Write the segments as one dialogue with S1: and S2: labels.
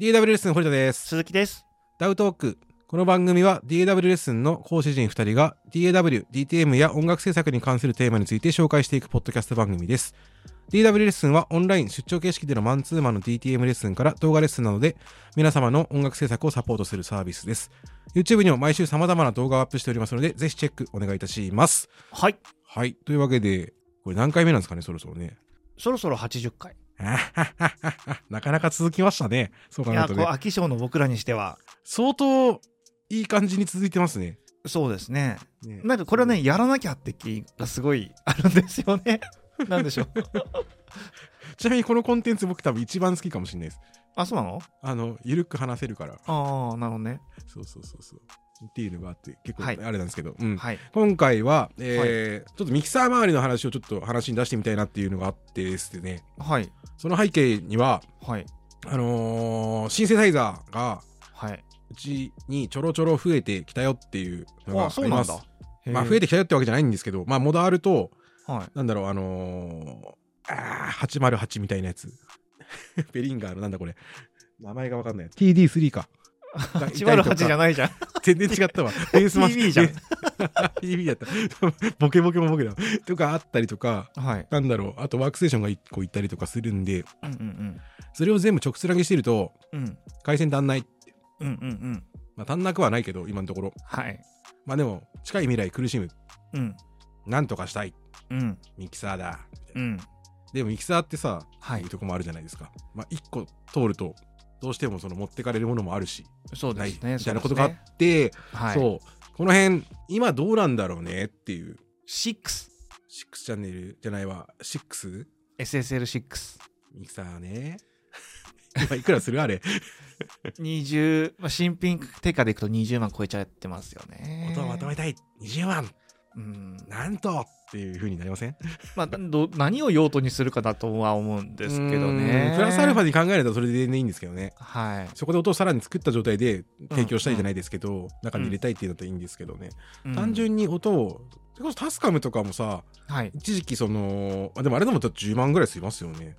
S1: DAW レッスン堀田です。
S2: 鈴木です。
S1: ダウトーク。この番組は DAW レッスンの講師陣2人が DAW、DTM や音楽制作に関するテーマについて紹介していくポッドキャスト番組です。DW レッスンはオンライン出張形式でのマンツーマンの DTM レッスンから動画レッスンなどで皆様の音楽制作をサポートするサービスです。YouTube にも毎週様々な動画をアップしておりますので、ぜひチェックお願いいたします。
S2: はい。
S1: はい。というわけで、これ何回目なんですかね、そろそろね。
S2: そろそろ80回。
S1: なかなか続きましたね。そう考
S2: い
S1: える
S2: や、
S1: と
S2: こう、
S1: ね。
S2: 飽き性の僕らにしては、
S1: 相当いい感じに続いてますね。
S2: そうですね。
S1: ね
S2: なんかこれはね、やらなきゃって気がすごい あるんですよね。なんでしょう。
S1: ちなみにこのコンテンツ僕多分一番好きかもしれないです。
S2: あ、そうなの
S1: あの、ゆるく話せるから。
S2: ああ、なるほどね。
S1: そうそうそうそう。っていうのがあって、結構あ
S2: はい
S1: れなんですけど。うん
S2: はい。
S1: 今回は、えーちょっとミキサー周りの話をちょっと話に出してみたいなっていうのがあってですね、
S2: はい。
S1: その背景には、
S2: はい。
S1: あのーシンセサイザーが
S2: はい。
S1: うちにちょろちょろ増えてきたよっていうのが
S2: あ、
S1: あ
S2: そう
S1: り
S2: な
S1: ま
S2: ん
S1: す。
S2: だ。
S1: まあ増え
S2: て、
S1: てきたよってわけじゃないんですけど、まあモダールと、
S2: はい。
S1: なんだろう、あのー、あー808みたいなやつ。 ベリンガーのなんだこれ。名前がわかんない。TD3 か。
S2: 808じゃ
S1: ない。
S2: な いじゃん。
S1: 全然違った わ。ベースマス
S2: TB じゃん。
S1: TB だった。ボケボケもボケだ。とかあったりとか、
S2: はい。
S1: なんだろう、あとワークステーションが1個行ったりとかするんで、
S2: うんうん
S1: それを全部直つなぎしてると、
S2: うん。うん。
S1: 回線足んない。
S2: うんうんうん。
S1: まあ足んなくはないけど、今のところ。
S2: はい。
S1: まあでも、近い未来苦しむ。
S2: うん。
S1: なんとかしたい。
S2: うん。
S1: ミキサーだ。
S2: うん。
S1: でもミキサーってさ、
S2: はい
S1: い、うとこもあるじゃないですか。まあ、1個通ると、どうしてもその持ってかれるものもあるし、
S2: そう
S1: な
S2: で
S1: い
S2: すね。
S1: みたいな
S2: そ
S1: こと
S2: うです
S1: があ
S2: ね
S1: って、
S2: はい。
S1: そう、この辺、今どうなんだろうねっていう、
S2: 6。
S1: 6チャンネルじゃないわ、6?
S2: SSL6。
S1: ミキサーね。 今いくらするあれ。
S2: 20、まあ、新品定価でいくと20万超えちゃってますよね。
S1: 音をまとめたい。20万
S2: うん
S1: なんとっていう風になりません
S2: まあ、ど何を用途にするかだとは思うんですけどね
S1: う。んプラスアルファに考えるとそれでねいいんですけどね。
S2: はい。
S1: そこで音をさらに作った状態で提供したいじゃないですけど、中に入れたいっていうのといいんですけどね。
S2: うん
S1: 単純に音を、それこそタスカムとかもさ、
S2: はい。ん
S1: 一時期そのあでもあれでもだって10万ぐらいすいますよね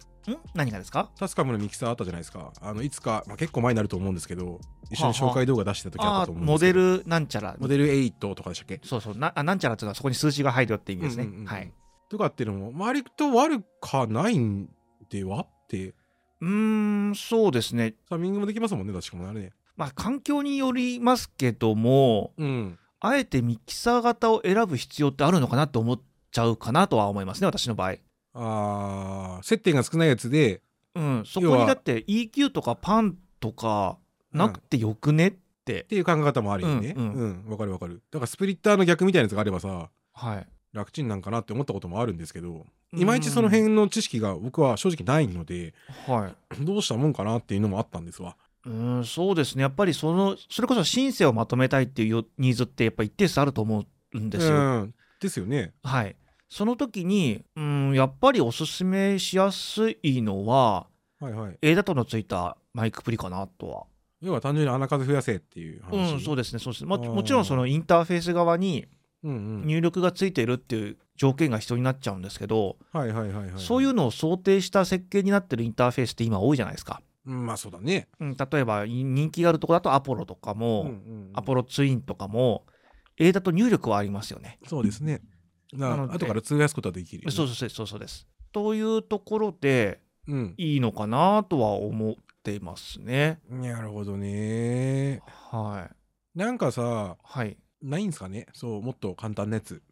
S2: 何がですか
S1: タスカムのミキサーあったじゃないですかあのいつか、まあ、結構前になると思うんですけど一緒に紹介動画出してた時あった
S2: あー
S1: と思うんで
S2: モ
S1: すけ
S2: デ
S1: ど
S2: ルなんちゃら。
S1: モデル8とかでしたっけ
S2: そうそうなあ。なんちゃらっていうのはそこに数字が入るよって意味ですね。
S1: うんうんうん
S2: はい。
S1: とかっていうのも割と悪かないんではって
S2: うーん、そうですね。
S1: サミングもできますもんね確かもあれね
S2: まあ、環境によりますけども、
S1: うん
S2: あえてミキサー型を選ぶ必要ってあるのかなと思っちゃうかなとは思いますね、私の場合。
S1: あー接点が少ないやつで
S2: うん、そ
S1: 要
S2: こ
S1: は
S2: にだって EQ とかパンとかなくてよくねって
S1: っ、ていう考え方もあるよねう
S2: うんん
S1: わ
S2: う、
S1: かるわかるだからスプリッターの逆みたいなやつがあればさ
S2: はい
S1: 楽ちんなんかなって思ったこともあるんですけどいまいちその、辺の知識が僕は正直ないので
S2: うんはい
S1: どうしたもんかなっていうのもあったんですわ。
S2: うんそうですねやっぱりそのそれこそシンセをまとめたいっていうニーズってやっぱ一定数あると思うんですよ、
S1: うんですよね。
S2: はいその時にうんやっぱりおすすめしやすいのは
S1: はいはい。
S2: A ダトのついたマイクプリかなとは
S1: 要は単純に穴数増やせっていう話。
S2: うんそう
S1: う
S2: ですねそうですね、まあ
S1: あー
S2: もちろんそのインターフェース側に
S1: んうん。
S2: 入力がついているっていう条件が必要になっちゃうんですけど、
S1: はいはいはいはい。
S2: そういうのを想定した設計になってるインターフェースって今多いじゃないですか。
S1: うん。まあそうだね。
S2: うん、例えばい人気があるとこだとアポロとかも、アポ
S1: ロ。
S2: ロツインとかも A だと入力はありますよね。
S1: そうですね。な
S2: なので
S1: 後から通訳すことはできるよね。
S2: そうそうそうそうです。というところで
S1: うん。
S2: いいのかなとは思っていますね。
S1: なるほどね。
S2: はい。
S1: なんかさ、
S2: はい。
S1: ないんすかねそう、もっと簡単なやつ。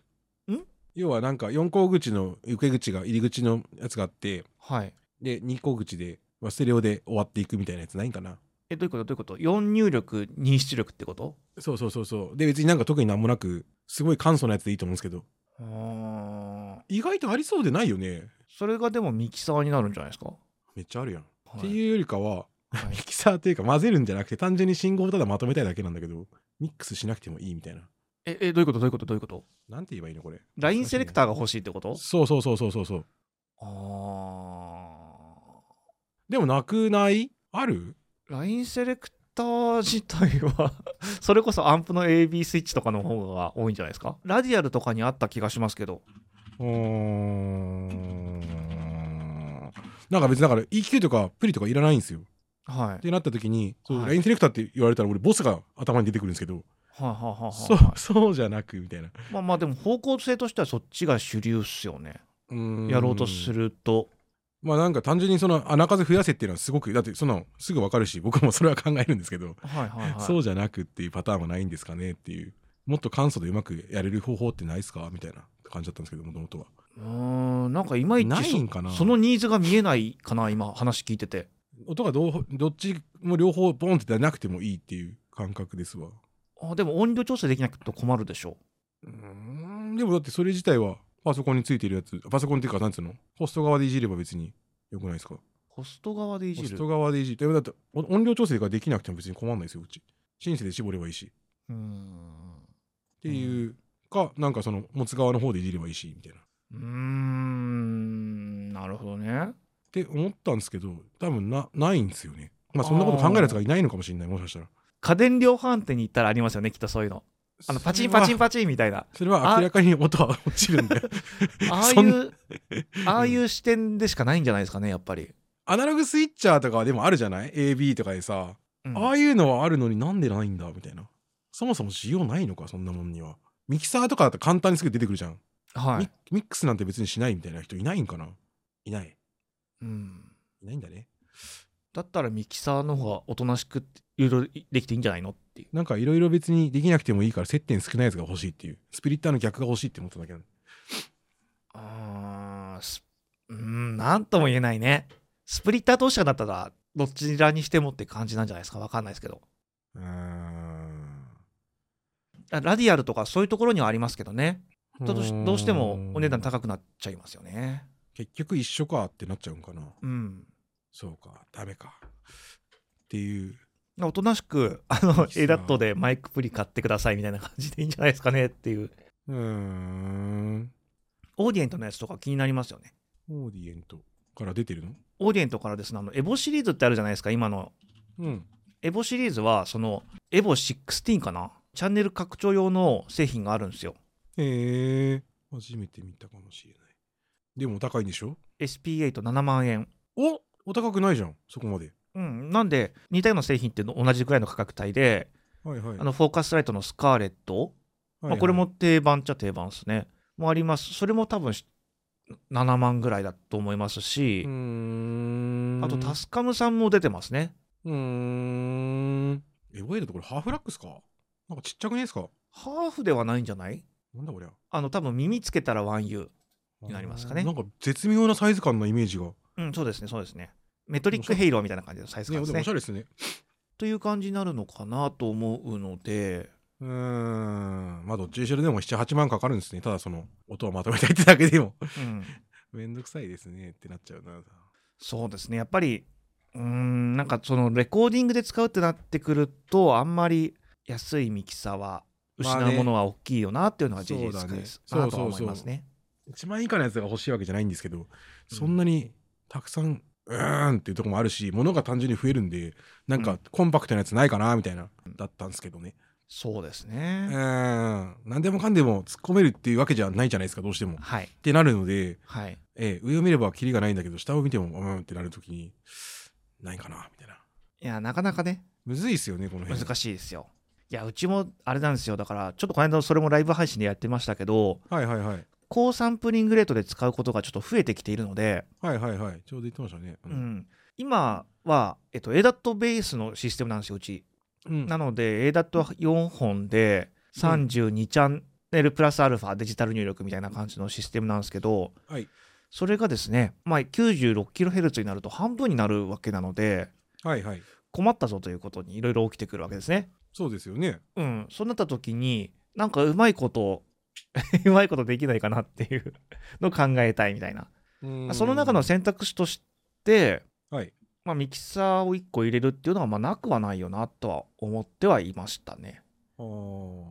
S2: ん
S1: 要はなんか4個口の受け口が入り口のやつがあって、
S2: はい。
S1: で、2個口で、まあステレオで終わっていくみたいなやつないんかな
S2: え、どういうことどういうこと ?4 入力、2出力ってこと
S1: そうそうそうそう。で、別になんか特になんもなく、すごい簡素なやつでいいと思うんですけど、
S2: うーん。
S1: 意外とありそうでないよね。
S2: それがでもミキサーになるんじゃないですか。
S1: めっちゃあるやん。
S2: はい
S1: っていうよりかは、
S2: はい
S1: ミキサーっていうか混ぜるんじゃなくて、単純に信号をただまとめたいだけなんだけど、ミックスしなくてもいいみたいな。
S2: え、え、どういうことどういうことどういうこと
S1: なんて言えばいいのこれ。
S2: ラインセレクターが欲しいってこと
S1: そうそうそうそうそうそう。
S2: あ
S1: でもなくないある
S2: ーラインセレクター自体は それこそアンプの AB スイッチとかの方が多いんじゃないですかラディアルとかにあった気がしますけど
S1: うーん。なんか別にだから EQ とかプリとかいらないんですよ。
S2: はいはい
S1: てなった時にそう
S2: はい
S1: ラインセレクターって言われたら俺ボスが頭に出てくるんですけど、
S2: はいはい
S1: そう
S2: は
S1: そうじゃなくみたいない
S2: まあまあでも方向性としてはそっちが主流っすよねや
S1: や
S2: ろうとすると
S1: まあなんか単純にその穴数増やせっていうのはすごくだってそんなのすぐ分かるし僕もそれは考えるんですけど、
S2: はいはいはい
S1: そうじゃなくっていうパターンはないんですかねっていうもっと簡素でうまくやれる方法ってないですかみたいな感じだったんですけどもともとは
S2: うーんなんかいまいち
S1: な
S2: そ
S1: いんかな
S2: そのニーズが見えないかな今話聞いてて
S1: 音がどうどっちも両方ボンって出なくてもいいっていう感覚ですわ
S2: あでも音量調整できなくて困るでしょ
S1: うーんでもだってそれ自体はパソコンについてるやつパソコンっていうかなんつうのホスト側でいじれば別によくないですか
S2: ホスト側でいじ
S1: ホ
S2: る
S1: スト側でいじってだってお音量調整ができなくても別に困んないですようちシンセで絞ればいいし
S2: うーん
S1: っていうか、なんかその持つ側の方でいじればいいしみたいなっ
S2: うーんなるほどね
S1: て思ったんですけど多分なないんですよねまあそんなこと考えるやつがいないのかもしれないもしかしたら
S2: 家電量販店に行ったらありますよねきっとそういうのあのパチンパチン
S1: パ
S2: パチンみたいな
S1: それは明らかに音は落ちるんで
S2: ああ
S1: そ
S2: い
S1: ん
S2: うああいう視点でしかないんじゃないですかねやっぱり、
S1: アナログスイッチャーとかはでもあるじゃない AB とかでさ、
S2: うん
S1: ああいうのはあるのになんでないんだみたいなそもそも需要ないのかそんなもんにはミキサーとかだったら簡単にすぐ出てくるじゃん、
S2: は
S1: ミ
S2: い、
S1: ミックスなんて別にしないみたいな人いないんかないない
S2: うん、
S1: いないんだね
S2: だったらミキサーの方がおとなしくいろいろできていいんじゃないのっていう
S1: なんかいろいろ別にできなくてもいいから接点少ないやつが欲しいっていうスピリッターの逆が欲しいって思っただけなの
S2: あーすうんなんとも言えないねスプリッター投資家だったらどちらにしてもって感じなんじゃないですかわかんないですけど
S1: うーん
S2: あラディアルとかそういうところにはありますけどねだとしどうしてもお値段
S1: い
S2: 高くなっちゃいますよね
S1: 結局一緒かってなっちゃうんかな
S2: うん
S1: そうかダメかっていう
S2: おとなしくあの
S1: ミキサー
S2: エダットでマイクプリ買ってくださいみたいな感じでいいんじゃないですかねっていう
S1: うーん
S2: オーディエントのやつとか気になりますよね
S1: オーディエントから出てるの
S2: オーディエントからですねあのエボシリーズってあるじゃないですか今の
S1: うん
S2: エボシリーズはそのエボ16かなチャンネル拡張用の製品があるんですよ
S1: へえ初めて見たかもしれないでもお高いんでしょ
S2: SP87 万円
S1: おお高くないじゃんそこまで
S2: うんなんで似たような製品っての同じくらいの価格帯で
S1: はいはい
S2: あのフォーカスライトのスカーレット
S1: はい
S2: ま
S1: は
S2: あ、
S1: い
S2: これも定番っちゃ定番ですね。もあります。それも多分し7万ぐらいだと思います
S1: うー
S2: し、
S1: ん
S2: あとタスカムさんも出てますね。
S1: うーん。エボエルとこれハーフラックスかなんかちっちゃくねえですか
S2: ハーフではないんじゃない
S1: なんだこりゃ。
S2: あの多分耳つけたら 1U。になりますかね
S1: あーなんか絶妙なサイズ感のイメージが。
S2: うん、そうですね、そうですね。メトリックヘイローみたいな感じのサイズ
S1: ね、
S2: 感
S1: お
S2: です
S1: しゃ
S2: ね。
S1: れですね。
S2: という感じになるのかなと思うの で、
S1: うーん。まあどっちにしろでも7、8万かかるんですね。ただその音をまとめたいってだけでも。
S2: うん、
S1: めんどくさいですねってなっちゃうな。
S2: そうですね、やっぱり、うーん、なんかそのレコーディングで使うってなってくると、あんまり安いミキサーは失
S1: まあ
S2: う
S1: ね
S2: ものは大きいよなっていうのは事実
S1: そうだね
S2: ですなとは思いますね。
S1: 1万以下のやつが欲しいわけじゃないんですけど、そんなにたくさん、うーんっていうとこもあるし、物が単純に増えるんで、なん
S2: う
S1: か
S2: ん
S1: コンパクトなやつないかなみたいな、だったんですけどね。
S2: そうですね。
S1: うん何でもかんでも突っ込めるっていうわけじゃないじゃないですかどうしても。っ
S2: はい。
S1: てなるので、
S2: はい。
S1: ええ上を見ればキリがないんだけど下を見てもうんってなるときにないかなみたいな。
S2: いや、なかなかね、
S1: むずいっすよねこの辺。
S2: 難しいですよ。いや、うちもあれなんですよ。だから、ちょっとこの間、それもライブ配信でやってましたけど、
S1: はいはいはい。
S2: 高サンプリングレートで使うことがちょっと増えてきているので、
S1: はいはいはい。ちょうど言ってましたね。う
S2: う。ん、今は、えっと、ADAT ベースのシステムなんですよ、うち。
S1: うん
S2: なので、ADAT4 本で32チャンネルプラスアルファデジタル入力みたいな感じのシステムなんですけど、
S1: はい
S2: それがですね、まあ、96kHz になると半分になるわけなので、
S1: はいはい。
S2: 困ったぞということにいろいろ起きてくるわけですね。
S1: そうですよね。
S2: うん、そうなった時になんかうまいこと うまいことできないかなっていうのを考えたいみたいな、
S1: うん
S2: その中の選択肢として、
S1: はい
S2: まあ、ミキサーを1個入れるっていうのはまあなくはないよなとは思ってはいましたね。
S1: あー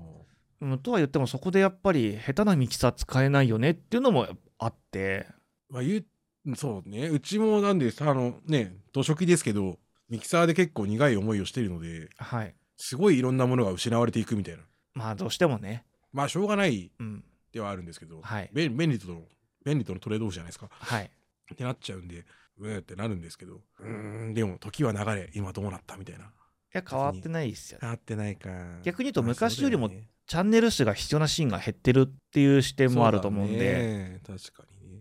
S2: うん、とは言ってもそこでやっぱり下手なミキサー使えないよねっていうのもあって
S1: まあ言うそうねうちもなんでさあのね図書機ですけどミキサーで結構苦い思いをしてるので
S2: はい
S1: すごいいろんなものが失われていくみたいな。
S2: まあどうしてもね
S1: まあしょうがない
S2: うん
S1: ではあるんですけど。
S2: はい
S1: 便便利との便利とのトレードオフじゃないですか
S2: はい
S1: ってなっちゃうんでうーってなるんですけど、うーん、でも時は流れ、今どうなったみたいな。
S2: いや変わってない ですよね
S1: 合ってないか。
S2: 逆に言う
S1: ま
S2: と
S1: あ
S2: 昔よりも
S1: そうだね
S2: チャンネル数が必要なシーンが減ってるっていう視点もあると思うん
S1: そだ
S2: で
S1: ね確かにね。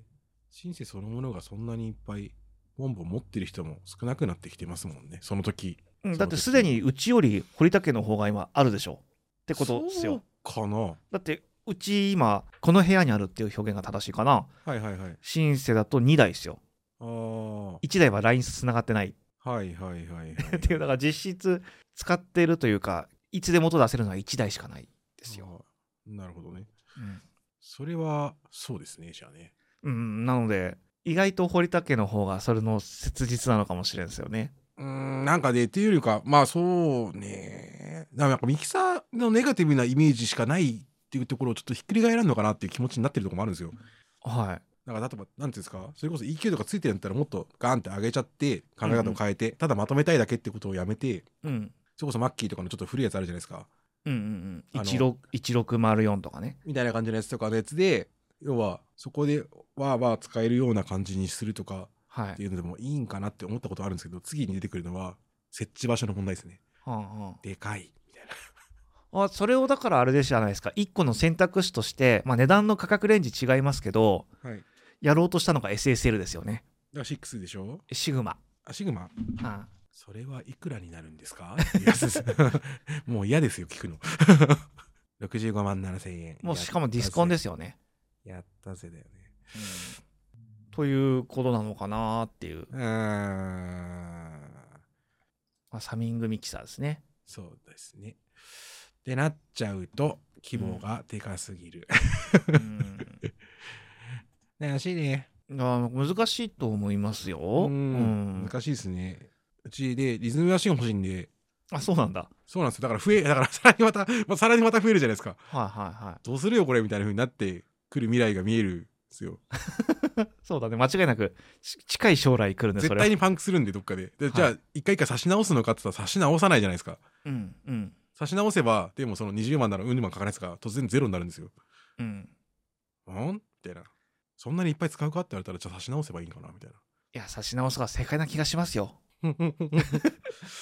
S1: シンセそのものがそんなにいっぱい、ボンボン持ってる人も少なくなってきてますもんね、その時。
S2: うん
S1: そう
S2: だってすでにうちより堀田家の方が今あるでしょってことですよ
S1: そうかな。は
S2: だってうち今この部屋にあるっていう表現が正しいかない
S1: はいはい。
S2: シンセだと2台ですよ
S1: ああ。
S2: 1台は LINE つながってないっ
S1: はいはい はい、はい。
S2: ていうだから実質使ってるというかいつでも音出せるのは1台しかないですよ、
S1: あーなるほどね。
S2: うん
S1: それは、そうですね、じゃあね。
S2: うん、なので意外と堀田家の方がそれの切実なのかもしれんですよね。
S1: うーん、なんかね、っていうよりか、まあそうね。だからやっぱミキサーのネガティブなイメージしかないっていうところをちょっとひっくり返らんのかなっていう気持ちになってるところもあるんですよ。
S2: は
S1: だから例えば、なんていうんですか、それこそ EQ とかついてるんだったらもっとガーンって上げちゃって、考え方を変えて、ただまとめたいだけってことをやめて、
S2: い。うん。
S1: それこそマッキーとかのちょっと古いやつあるじゃないですか。
S2: うんうんうん。
S1: あの
S2: 16 1604とかね。
S1: みたいな感じのやつとかのやつで、要はそこでわーわー使えるような感じにするとか、
S2: はい。
S1: っていうのでもいいんかなって思ったことあるんですけど次に出てくるのは設置場所の問題ですね
S2: は
S1: でかいみたいな
S2: あはあ、あそれをだからあれでじゃないですか1個の選択肢として、まあ、値段の価格レンジ違いますけど
S1: はいだか
S2: やろうとしたのが SSL ですよね
S1: ら6でしょ
S2: シグマ、
S1: あシグマ
S2: はあ
S1: それはいくらになるんですかっていうやつです もう嫌ですよ聞くの 65万7千円
S2: もうしかもディスコンですすよね、
S1: やったぜだよね
S2: ということなのかなっていう、
S1: うーん
S2: まあ、サミングミキサーですね
S1: そうですねってなっちゃうと規模がでかすぎる、
S2: うん
S1: 悩ましいね
S2: あ難しいと思いますよ。
S1: う
S2: うん
S1: ん難しいですねうちでリズムマシンが欲しいんで
S2: あそうなんだ。はい
S1: そうなんですよ。だから増え、だから さらにまた、まあ、さらにまた増えるじゃないですか。
S2: はいはい。
S1: どうするよ、これみたいな風になってくる未来が見えるんですよ。
S2: そうだね間違いなくし近い将来来るねそ
S1: 絶
S2: れは。
S1: 対にパンクするんで、どっかで。で
S2: はい
S1: じゃあ、一回一回差し直すのかって言ったら差し直さないじゃないですか。
S2: うんうん
S1: 差し直せば、でもその20万ならうん万かかないですから、突然ゼロになるんですよ。
S2: うん。
S1: うんみたいな。そんなにいっぱい使うかって言われたら、じゃあ差し直せばいいんかなみたいな。
S2: いや差し直すが正解な気がしますよ。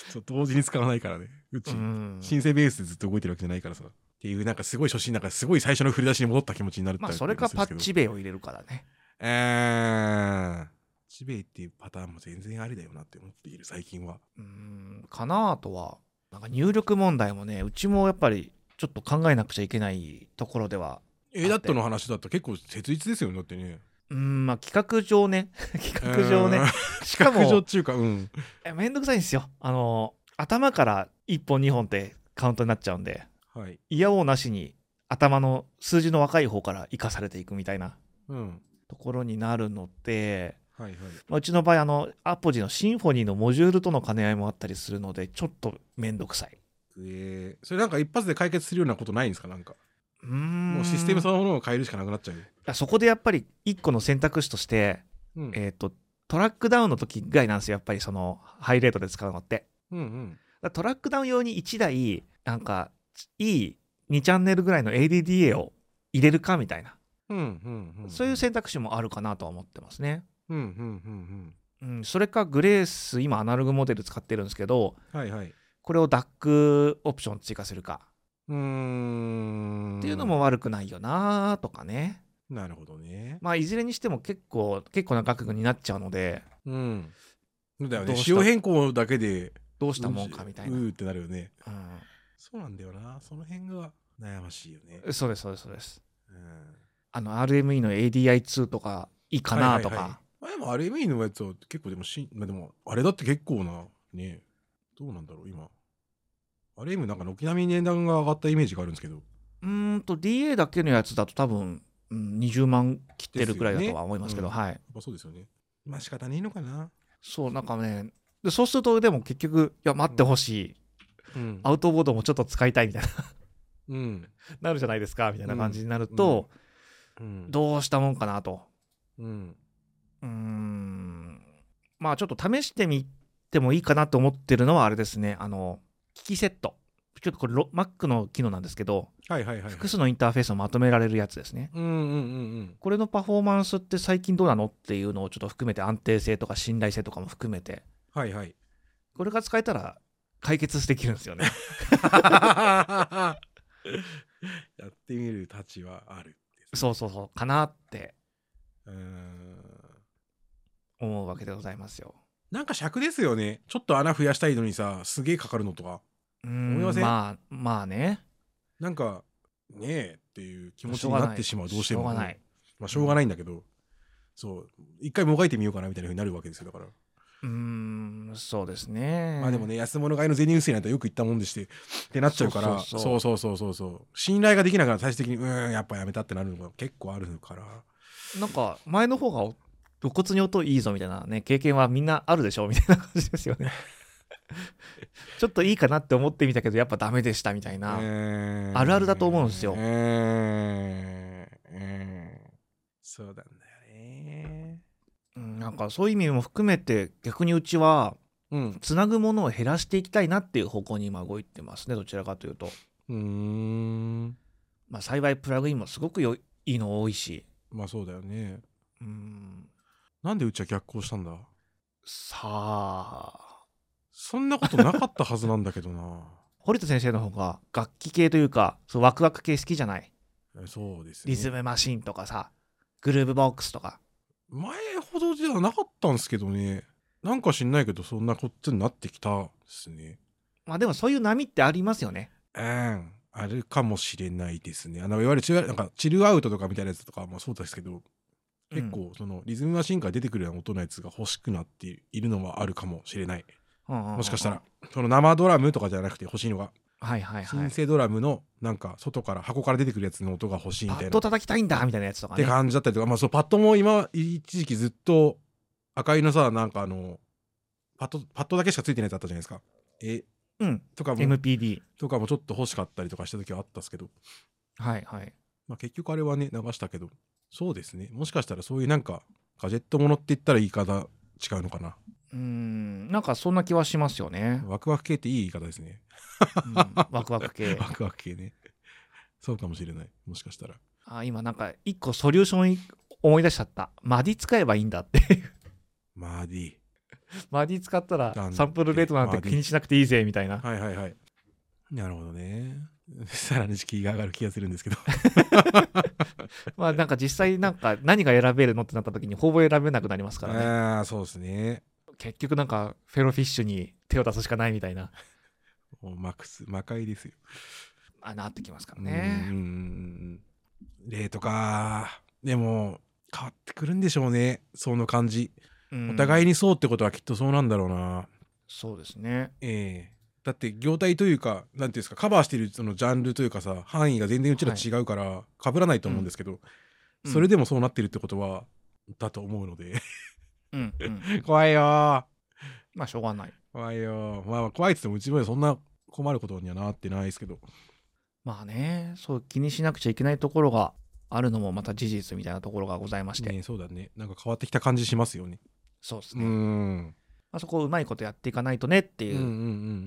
S1: そう同時に使わないからね。うち、
S2: うん。
S1: 申請ベースでずっと動いてるわけじゃないからさ。っていう、なんかすごい初心、なんかすごい最初の振り出しに戻った気持ちになるって
S2: まあ
S1: いう
S2: それか
S1: 気
S2: パ
S1: がするん
S2: ッ
S1: ですけど
S2: チベイを入れるからね。
S1: えー、チベイっていうパターンも全然ありだよなって思っている最近は。
S2: うんかなあとはなんか入力問題もねうちもやっぱりちょっと考えなくちゃいけないところでは。
S1: エダットの話だったら結構切実ですよねだってね。
S2: うんまあ企画上ね 企画上ね
S1: うん。
S2: しか
S1: 企画上
S2: も
S1: っていうかうん。
S2: えめんどくさいんですよあの頭から1本2本ってカウントになっちゃうんで
S1: はい。
S2: 嫌おうなしに頭の数字の若い方から生かされていくみたいな
S1: うん。
S2: ところになるので、
S1: はいはい。
S2: まあ、うちの場合あのアポジのシンフォニーのモジュールとの兼ね合いもあったりするのでちょっと面倒くさい
S1: えー、それなんか一発で解決するようなことないんですかなんか。
S2: うーん
S1: もうシステムそ
S2: い
S1: のものを変えるしかなくなっちゃう。
S2: やそこでやっぱり一個の選択肢として、
S1: うん。
S2: えー、とトラックダウンの時ぐらいなんですよやっぱりそのハイレートで使うのって
S1: うんうん。
S2: だからトラックダウン用に1台なんかいい2チャンネルぐらいの ADDA を入れるかみたいな、
S1: うんうんうん。
S2: そういう選択肢もあるかなとは思ってますね
S1: うんうんうん
S2: うん、それかグレース今アナログモデル使ってるんですけど
S1: うん。はいはい。
S2: これを DAC オプション追加するか
S1: うーん。
S2: っていうのも。悪くないよなとかね、
S1: なるほどね。
S2: まあいずれにしても結構結構な額になっちゃうので
S1: うん。だよ
S2: ど
S1: ね。
S2: うした
S1: 仕様変更だけで。
S2: どうしたもんかみたいうな、
S1: ーってなるよね。そうなんだよな。その辺が悩ましいよね
S2: う。ん、そうですそうですそうです
S1: うん。
S2: あの RME の ADI2 とかいいかなとか、
S1: はいはいはいまあでも RME のやつは結構でもし、まあでも、あれだって結構な、ね。どうなんだろう、今。RM なんか軒並み値段が上がったイメージがあるんですけど。
S2: うーんと DA だけのやつだと多分、うん、20万切ってるくらいだとは思いますけど
S1: ですよ
S2: はい
S1: まあそうですよね。まあ仕方ねえのかな。
S2: そうなんかねでそうするとでも結局いや待ってほしい、
S1: うん
S2: アウトボードもちょっと使いたいみたいな
S1: うん。
S2: なるじゃないですかみたいな感じになると、
S1: うん。
S2: どうしたもんかなと
S1: うん。
S2: うーんまあちょっと試してみてもいいかなと思ってるのはあれですねあの機器セットちょっとこれロ Mac の機能なんですけど
S1: はいはいはい。
S2: 複数のインターフェースをまとめられるやつですね
S1: うんうんうん
S2: これのパフォーマンスって最近どうなのっていうのをちょっと含めて安定性とか信頼性とかも含めて
S1: うん。はいはい。
S2: これが使えたら解決できるんですよね
S1: やってみるたちはある。
S2: そうそうそうかなって
S1: うーん。
S2: 思うわけでございますよ
S1: なんか尺ですよね。ちょっと穴増やしたいのにさ、すげえかかるのとか。
S2: う
S1: 思いません
S2: まあまあね
S1: なんか、ねえっていう気持ち
S2: しょ
S1: に
S2: うが
S1: ないってしまう。どうしても。
S2: しょうがない
S1: まあ、しょうがないんだけど、そう、一回もがいてみようかなみたいなふうになるわけですよ、だから。
S2: うーんそうですね
S1: まあでもね、安物買いの銭薄いなんてよく言ったもんでして、ってなっちゃうから、
S2: そ
S1: そ
S2: うそう
S1: そうそうそうそう、信頼ができながら最終的に、うーん、やっぱやめたってなるのが結構あるから。
S2: なんか前の方が露骨に音いいぞみたいなね経験はみんなあるでしょみたいな感じですよ ねちょっといいかなって思ってみたけどやっぱダメでしたみたいな、
S1: えー
S2: あるあるだと思うんですよ
S1: えーえーそうなんだよね。
S2: うんなんかそういう意味も含めて逆にうちは
S1: うん。
S2: つなぐものを減らしていきたいなっていう方向に今動いてますねどちらかというと、
S1: うーん。
S2: まあ、幸いプラグインもすごくよいいいの多いし
S1: まあそうだよね。
S2: うん
S1: なんでうちは逆行したんだ
S2: さあ
S1: そんなことなかったはずなんだけどな。
S2: 堀田先生の方が楽器系というかそうワクワク系好きじゃない
S1: えそうですね。
S2: リズムマシンとかさグルーブボックスとか
S1: 前ほどではなかったんですけどねなんか知んないけどそんなこっちになってきたですね
S2: まあでもそういう波ってありますよね。
S1: うんあるかもしれないですねあのいわゆるチルなんかチルアウトとかみたいなやつとかもそうですけど結
S2: うん
S1: 構そのリズムマシンから出てくるような音のやつが欲しくなっているのはあるかもしれないも
S2: も
S1: しかしたら。その生ドラムとかじゃなくて欲しいのが
S2: はいはいは
S1: 新
S2: い。
S1: 生ドラムのなんか外から箱から出てくるやつの音が欲しいみ
S2: パ
S1: たい
S2: ッ
S1: な
S2: と
S1: っ
S2: 叩きたいんだみたいなやつとか
S1: て
S2: ね。
S1: 感じだったりとかまあそうパッドも今一時期ずっと赤いのさなんかあのパッドパッドだけしかついてないやつあったじゃないですかえ
S2: うん。
S1: とかも、
S2: MPD。
S1: とかもちょっと欲しかったりとかした時はあったっすけど、
S2: はいはい。
S1: まあ、結局あれはね流したけどそうですねもしかしたらそういうなんかガジェットものって言ったら言い方違うのかな。
S2: うーん。なんかそんな気はしますよね
S1: ワクワク系っていい言い方ですね
S2: うんワクワク系
S1: ワ。クワク系ねそうかもしれないもしかしたら
S2: あ今なんか一個ソリューションい思い出しちゃった。マディ使えばいいんだって いう。
S1: マーディ
S2: マディ使った
S1: なん
S2: ら
S1: て
S2: サンプルレートなんて気にしなくていいぜみたいな。
S1: はいはいはいなるほどね さらに敷居が上がる気がするんですけど
S2: まあなんか実際なんか何が選べるのってなった時にほぼ選べなくなりますからね。
S1: ああそうですね
S2: 結局なんかフェロフィッシュに手を出すしかないみたいな。
S1: もうマックス魔界ですよ
S2: あなってきますから
S1: うん
S2: ね。
S1: うんうんうんレートかでも変わってくるんでしょうねその感じお互
S2: い。
S1: いにそうってことはきっとそうなんだろうな、
S2: そうですね。
S1: ええだって業態というか何ていうんですかカバーしてるそのジャンルというかさ範囲が全然うちらと違うから被らないと思うんですけど、それ
S2: で、
S1: でもそうなってるってことはだと思うので
S2: うんうん
S1: 怖いよー
S2: まあしょうがない。
S1: 怖いよーまあまあ怖いっつってもうちもそんな困ることにはなってないですけど
S2: まあね、そう気にしなくちゃいけないところがあるのもまた事実みたいなところがございまして、
S1: ねえそうだねなんか変わってきた感じしますよね
S2: そうです
S1: う
S2: ね。ま
S1: ん
S2: あ、そこをうまいことやっていかないとねって
S1: うん
S2: い
S1: うんうんう
S2: う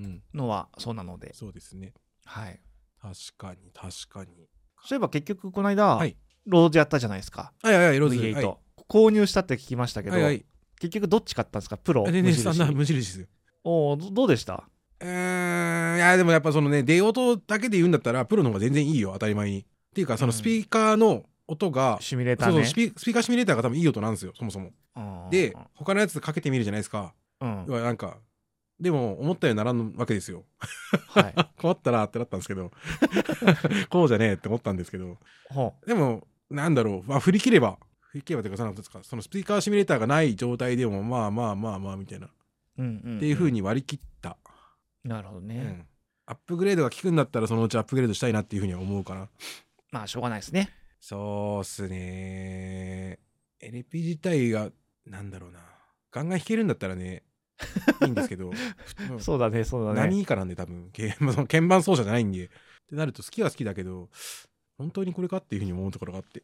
S2: んのはそうなので、
S1: そうですね
S2: はい。
S1: 確かに確かに
S2: そういえば結局この間、
S1: はい
S2: ローズやったじゃないですか。
S1: はいはいはいローズ
S2: V8、
S1: はい
S2: 購入したって聞きましたけど、
S1: はいはい
S2: 結局どっち買ったんですかプロ、
S1: あ
S2: 無
S1: 全然
S2: 印
S1: そんな無印ですよ
S2: おおどどうでした
S1: うーんいやでもやっぱそのね出音だけで言うんだったらプロの方が全然いいよ当たり前にっていうかそのスピーカーの音が、
S2: シミュレータ
S1: そう
S2: ー
S1: そう
S2: ね。
S1: スピスピーカーシミュレーターが多分いい音なんですよそもそも
S2: うん
S1: で他のやつかけてみるじゃないですか
S2: うん
S1: うわなんかでも思ったようにならんわけですよ
S2: はい。
S1: 困ったなってなったんですけど こうじゃねえって思ったんですけど
S2: ほう
S1: でもなんだろう、まあ、振り切れば振り切ればというかそのなんですかそのスピーカーシミュレーターがない状態でもまあまあまあまあみたいなっ
S2: うんうんうん
S1: ていう風に割り切った
S2: なるほどね。
S1: うんアップグレードが効くんだったらそのうちアップグレードしたいなっていうふうには思うかな
S2: まあしょうがないですね。
S1: そうっすね LP 自体がなんだろうなガンガン弾けるんだったら ねいいんですけど、うん
S2: そうだね、そうだね。
S1: 何以下なんで多分 けまあその鍵盤奏者じゃないんでってなると好きは好きだけど本当にこれかっていうふうに思うところがあって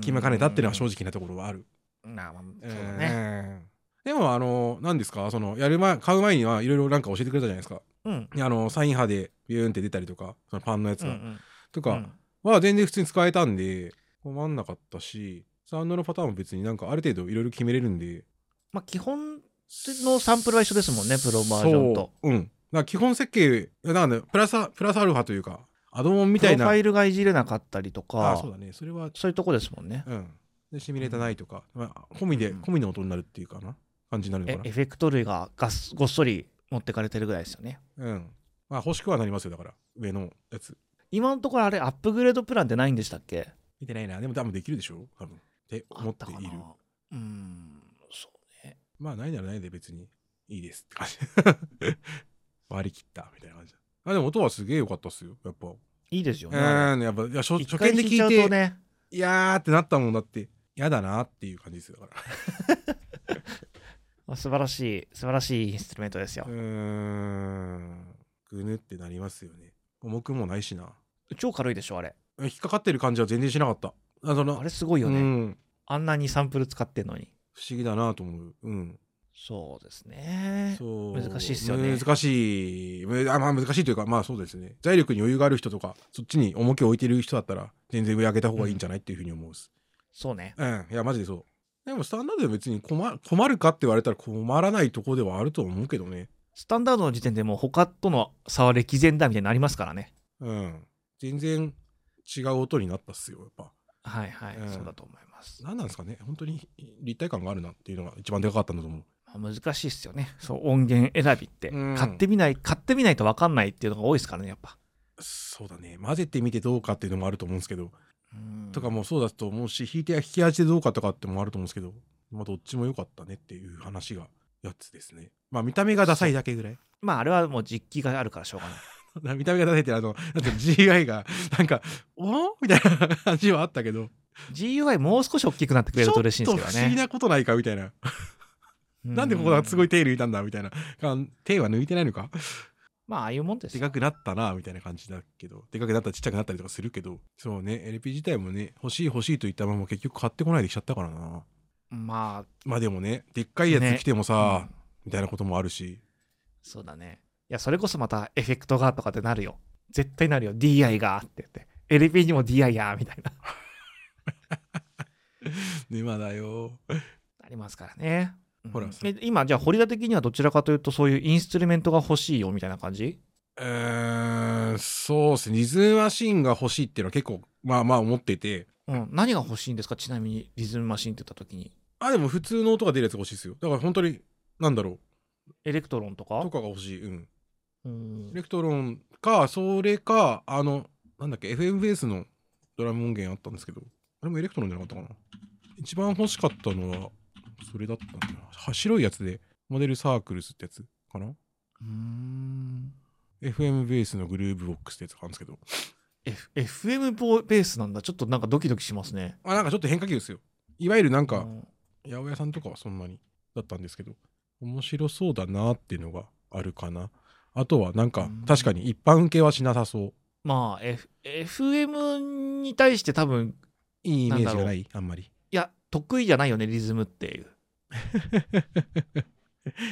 S1: 決めかねたっていうのは正
S2: 直。
S1: 直なところはある
S2: なあまあそうだね。
S1: ねでもあの何ですかそのやる前買う前にはいろいろなんか教えてくれたじゃないですか
S2: うん。
S1: いやあのサイン派でビューンって出たりとかそのパンのやつ
S2: うんう
S1: が、
S2: ん。
S1: と
S2: う
S1: か
S2: ん
S1: は全然普通に使えたんで困んなかったしサウンドのパターンも別になんかある程度いろいろ決めれるんで
S2: まあ、基本のサンプルは一緒ですもんね、プロバージョンと。
S1: そううんだから基本設計だから、ね、プラスプラスアルファというかアドオンみ
S2: プ
S1: た
S2: ロ
S1: い
S2: フ
S1: な
S2: ァイルがいじれなかったりと
S1: あ
S2: か、
S1: そうだねそれは
S2: そういうとこですもんね。
S1: うんでシミュレーターないとか、まあ、込みで、
S2: うん
S1: 込みの音になるっていうかな感じになるの
S2: え
S1: か
S2: エフェクト類がガスごっそり持ってかれてるぐらいですよね。
S1: なうんまあ欲しくはなりますよだから上のやつ
S2: 今のところあれ、アップグレードプランってないんでしたっけ
S1: 見てないなでも多分できるでしょ多分って思っている
S2: うーん、そうね。
S1: まあないならないで別にいいですって感じ 割り切ったみたいな感じあでも音はすげえ良かったっすよやっぱ
S2: いいですよ
S1: う
S2: ね。あれ
S1: んやっぱいや初
S2: 一
S1: 初
S2: 回
S1: 見で
S2: 弾いち
S1: 聞
S2: ゃ
S1: いうて
S2: とね、
S1: いやーってなったもんだって嫌だなっていう感じですよだから
S2: まあ素晴らしい、素晴らしいインストゥルメントですよ
S1: う。ーんぐぬってなりますよね重くもないしな
S2: 超軽いでしょ、あれ。
S1: 引っかかってる感じは全然しなかったあその
S2: あれすごいよ
S1: う
S2: ね。
S1: ん、
S2: あんなにサンプル使ってんのに。
S1: 不思議だなと思ううん
S2: そうですね。
S1: そう
S2: 難しいっすよね
S1: 難しいむあまあ難しいというかまあそうですね財力に余裕がある人とかそっちに重きを置いてる人だったら全然上上げた方がいいんじゃないっていうふうに思うっす
S2: そうね。
S1: うんいやマジでそうでもスタンダードで別に困困るかって言われたら困らないとこではあると思うけどね
S2: スタンダードの時点でもう他との差は歴然だみたいになりますからね。
S1: うん全然違う音になったっすよやっぱ
S2: はいはい、
S1: うん
S2: そうだと思います。
S1: 何なんですかね本当に立体感があるなっていうのが一番でかかったんだと思う
S2: まあ、難しいですよね。そう音源選びって、
S1: うん
S2: 買ってみない、買ってみないと分かんないっていうのが多いですからね、やっぱ。
S1: そうだね混ぜてみてどうかっていうのもあると思うんですけど
S2: うん
S1: とかもそうだと思うし引いて弾き味でどうかとかってもあると思うんですけど、まあ、どっちも良かったねっていう話がやつですねまあ見た目がダサいだけぐらい
S2: まああれはもう実機があるからしょうがない。
S1: 見た目がダサいってあのなんか GI がなんか「おーみたいな感じはあったけど
S2: GUI もう少し大きくなってくれると嬉しいんですけ
S1: ちょ
S2: ど
S1: っと不思議
S2: ね。
S1: なことないかみたいな、なんでここがすご
S2: い。
S1: い手抜いたんだみたいな感手は抜いてないのか
S2: まあああいうもんです
S1: で
S2: よ。
S1: かくなったなみたいな感じだけどでかくなったらちっちゃくなったりとかするけどそうね LP 自体もね欲しい欲しいと言ったまま結局買ってこないできちゃったからな
S2: まあ、
S1: まあでもねでっかいやつ
S2: ね
S1: 来ても
S2: う
S1: さ、
S2: ん
S1: みたいなこともあるし
S2: そうだね。いや、それこそまたエフェクトがとかってなるよ。絶対なるよ。DI がって言って。LP にも DI やみたいな。
S1: 沼だよ
S2: ありますからね。うん
S1: ほら
S2: え今、じゃあ、堀田的にはどちらかというと、そういうインストゥルメントが欲しいよみたいな感じ
S1: うーんそうっすねリズムマシンが欲しいっていうのは結構まあまあ思ってて
S2: うん。何が欲しいんですかちなみに、リズムマシンって言った時に。
S1: あでも普通の音が出るやつが欲しいですよだから本当になんだろ
S2: エレクトロンと
S1: う
S2: か
S1: とかが欲しいうん
S2: うん
S1: エレクトロンかそれかあのなんだっけ FM ベースのドラム音源あったんですけどあれもエレクトロンじゃなかったかな一番欲しかったのはそれだったんだなは白いやつでモデルサークルスってやつかな
S2: うーん。
S1: FM ベースのグルーブボックスってやつがあるんですけど
S2: F- FM ボーベースなんだ。ちょっとなんかドキドキしますね。
S1: あなんかちょっと変化球ですよいわゆるなん
S2: う
S1: か
S2: ん
S1: 八百屋さんとかはそんなにだったんですけど面白そうだなっていうのがあるかなあとはなん
S2: う
S1: か
S2: ん
S1: 確かに一般受けはしなさそう
S2: まあ、F、FM に対して多分、
S1: いいイメージが
S2: なんだ
S1: な
S2: ろ
S1: いあんまり
S2: いや、得意じゃないよね、リズムって いう。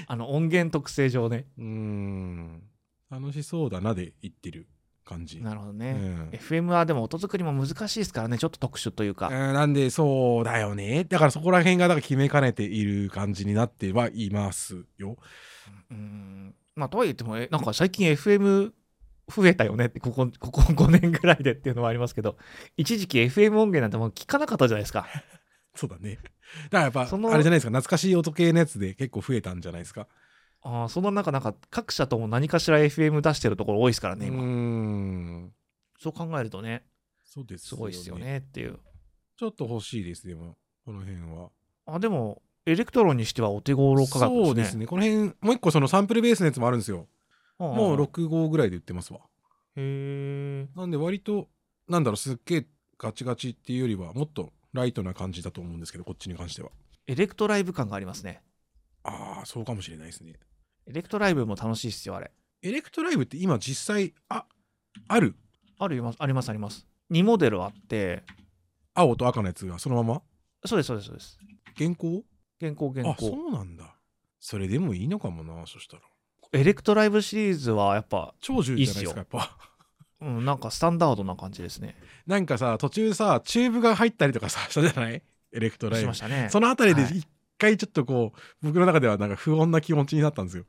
S2: あの、音源特性上ね。
S1: うーん楽しそうだなで言ってる感じ
S2: なるほど
S1: う
S2: ね。
S1: ん
S2: FM はでも音作りも難しいですからね、ちょっと特殊という
S1: うん
S2: か。
S1: なんでそうだよねだからそこら辺がだから決めかねている感じになってはいますよ
S2: うん。まあ、とはいえっても、えなんか最近 FM 増えたよねって、ここ、ここ5年ぐらいでっていうのはありますけど、一時期 FM 音源なんてもう聞かなかったじゃないですか。
S1: そうだねだからやっぱ
S2: その
S1: あれじゃないですか懐かしい音系のやつで結構増えたんじゃないですか
S2: ああ、そんな中、なんか各社とも何かしら FM 出してるところ多いですから
S1: う
S2: ね、
S1: ー
S2: 今。
S1: ん
S2: そう考えるとね、
S1: そうです
S2: ごいですよねっていう。
S1: ちょっと欲しいです、でも、この辺は。
S2: あ、でも、エレクトロンにしてはお手頃価格ですね。
S1: そうですね。この辺、もう一個そのサンプルベースのやつもあるんですよ。
S2: はあ。
S1: もう6号ぐらいで売ってますわ。
S2: へえ。
S1: なんで割と、なんだろう、すっげえガチガチっていうよりは、もっとライトな感じだと思うんですけど、こっちに関しては。
S2: エレクトライブ感がありますね。
S1: ああ、そうかもしれないですね。
S2: エレクトライブも楽しいっすよ、あれ。
S1: エレクトライブって今実際、あ、ある
S2: あるいます、あります、あります。2モデルあって、
S1: 青と赤のやつがそのまま
S2: そうです、そうです、そうです。
S1: 原稿
S2: 現行、現
S1: あ、
S2: 行。
S1: そうなんだ。それでもいいのかもなそしたら
S2: エレクトライブシリーズはやっぱ、
S1: 超重要じゃないですかやっぱ
S2: うん、なんかスタンダードな感じですね。
S1: なんかさ途中さチューブが入ったりとかさしたじゃないエレクトライ
S2: し
S1: ブ
S2: ましたね。
S1: そのあたりで
S2: はい
S1: 一回ちょっとこう、僕の中ではなんか不穏な気持ちになったんです よ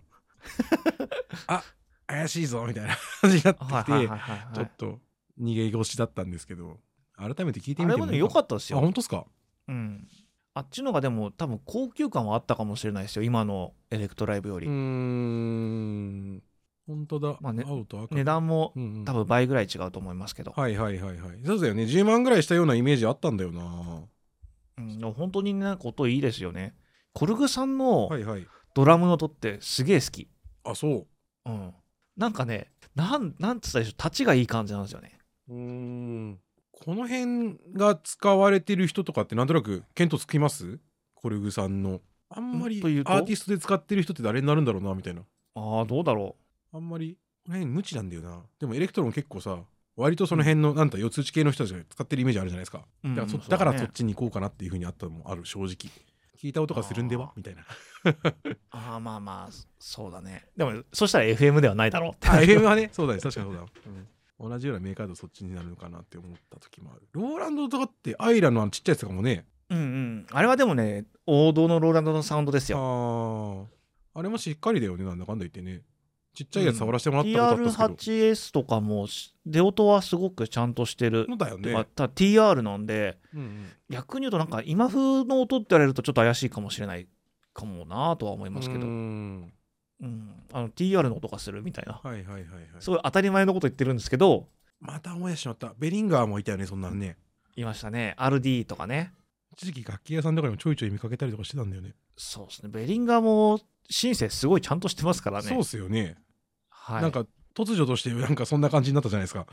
S1: あ怪しいぞみたいな感じになってきて、
S2: はいはいはいはいはい。
S1: ちょっと逃げ腰だったんですけど改めて聞いて
S2: あ
S1: み
S2: れ
S1: ても
S2: もね、良かったです
S1: あ
S2: よ。
S1: 本当ですか
S2: うん。あっちのがでも多分高級感はあったかもしれないですよ。今のエレクトライブよ
S1: う
S2: り。
S1: ーん本当だ、
S2: まあね
S1: 青と赤、
S2: 値段も
S1: うんうん
S2: 多分倍ぐらい違うと思いますけど。
S1: はいはいはいはいそうだよね10万ぐらいしたようなイメージあったんだよな
S2: うん、でも本当にね、こといいですよね。コルグさんの
S1: はいはい
S2: ドラムの音ってすげえ好き。
S1: あそう
S2: うん。なんかね、なん、なんつったらいいでしょう、立ちがいい感じなんですよね。
S1: うーんこの辺が使われてる人とかってなんとなく見当つきますコルグさんのあんまり
S2: んというと
S1: アーティストで使ってる人って誰になるんだろうなみたいな
S2: ああ、どうだろ
S1: あんまりこの辺無知なんだよなでもエレクトロン結構さ割とその辺のなんだ四つ打ち系の人たちが使ってるイメージあるじゃないですか、
S2: う。うん
S1: だからそ
S2: うん
S1: だからそ
S2: ね
S1: っちに行こうかなっていうふうにあったのもある正直聞いた音がするんで
S2: あ
S1: は
S2: ー
S1: みたいな
S2: ああ、まあまあ、そそうだね。でも、そしたら FM で はないだろうって。
S1: あ FM はねそうだね確かにそうだ、うん同じようなメーカーとそっちになるのかなって思った時もあるローランドとかってアイラのあのちっちゃいやつとかもね
S2: うんうん。あれはでもね、王道のローランドのサウンドです
S1: あ
S2: よ。
S1: ーあれもしっかりだよねなんだかんだ言ってねちっちゃいやつ触らせてもらったことあったんですけど、
S2: TR8S とかもし、出音はすごくちゃんとしてる。
S1: のだよ
S2: てか
S1: ね、
S2: ただ TR なんで、
S1: うんうん
S2: 逆に言うとなんか今風の音って言われるとちょっと怪しいかもしれないかもなとは思いますけど、
S1: うー
S2: うん
S1: ん
S2: あの TR の音がするみたいな、
S1: はいはいはいはい
S2: すごい当たり前のこと言ってるんですけど
S1: また思い出してしまったベリンガーもいたよねそんなのね
S2: いましたね RD とかね
S1: 一時期楽器屋さんとかでもちょいちょい見かけたりとかしてたんだよね
S2: そうですねベリンガーもシンセすごいちゃんとしてますからね
S1: そうっすよね、
S2: はい、
S1: なんか突如としてなんかそんな感じになったじゃないですか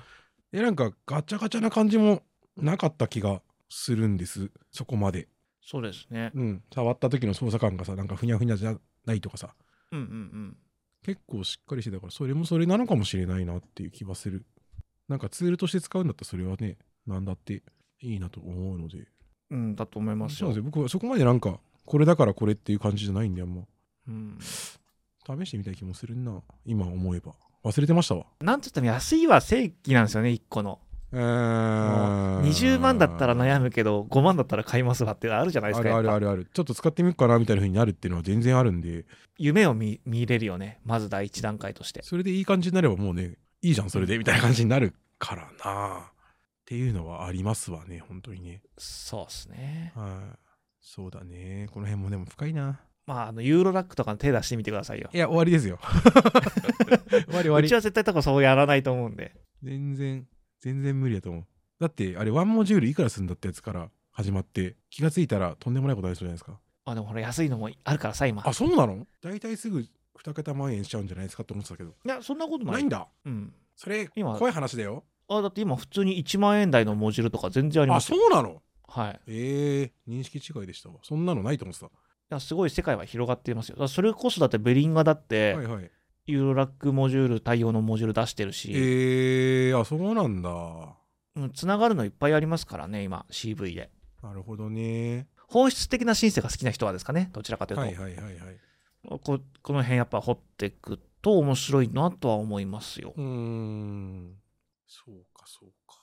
S1: えなんかガチャガチャな感じもなかった気がするんですそこまで
S2: そうですね
S1: うん触った時の操作感がさなんかふにゃふにゃじゃないとかさ
S2: うんうんうん
S1: 結構しっかりしてたからそれもそれなのかもしれないなっていう気はするなんかツールとして使うんだったらそれはねなんだっていいなと思うので
S2: うんだと思います
S1: そう
S2: よ
S1: なんですよ僕はそこまでなんかこれだからこれっていう感じじゃないんであんま
S2: うん、
S1: 試してみたい気もするな今思えば忘れてましたわ
S2: なんつっても安いは正規なんですよね1個の
S1: う
S2: も
S1: ー
S2: うん20万だったら悩むけど5万だったら買いますわってあるじゃないです
S1: あ
S2: か
S1: るある
S2: やっぱ
S1: あるあるちょっと使ってみようかなみたいな風になるっていうのは全然あるんで
S2: 夢を見見れるよねまず第一段階として
S1: それでいい感じになればもうねいいじゃんそれでみたいな感じになるからなっていうのはありますわね本当にね
S2: そうですね。
S1: はいそうだねこの辺もでも深いな
S2: まあ、あの、ユーロラックとかに手出してみてくださいよ。
S1: いや終わりですよ 終わり終わ
S2: う
S1: り
S2: ちは絶対多分そうやらないと思うんで。
S1: 全然全然無理だと思うだってあれワンモジュールいくらすんだってやつから始まって気がついたらとんでもないことありそうじゃないですか
S2: あ、でもほら、安いのもあるからさ、今。
S1: あそうなの大体すぐ2桁万円しちゃうんじゃないですかと思ってたけど
S2: いや、そんなことない。
S1: ないんだ
S2: うん。
S1: それ
S2: 今
S1: 怖い話だよ
S2: あ、だって今、普通に1万円台のモジュールとか全然あり
S1: あ
S2: ます
S1: そ
S2: よ。
S1: うなの
S2: はい。
S1: え
S2: い
S1: ー、認識違いでしたわそんなのないと思ってた
S2: や、すごい世界は広がっていますよ。だからそれこそだってベリンガだって、
S1: はいはい
S2: ユーロラックモジュール対応のモジュール出してるし、
S1: えー、あそうなんだ
S2: うんつながるのいっぱいありますからね、今、CV で。
S1: なるほどね
S2: 本質的なシンセが好きな人はですかね、どちらかというと。
S1: はいはいはいはい
S2: ここの辺やっぱ掘っていくと面白いなとは思いますよ。
S1: うーんそうかそうか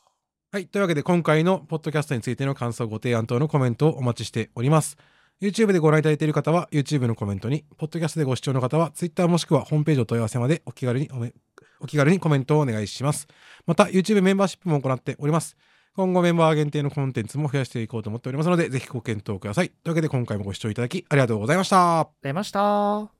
S1: はいというわけで今回のポッドキャストについての感想ご提案等のコメントをお待ちしております YouTube でご覧いただいている方は YouTube のコメントに、ポッドキャストでご視聴の方は Twitter もしくはホームページお問い合わせまでお気軽におめお気軽にコメントをお願いします。また YouTube メンバーシップも行っております。今後メンバー限定のコンテンツも増やしていこうと思っておりますので、ぜひご検討ください。というわけで今回もご視聴いただきありがとうございました。
S2: 出ました。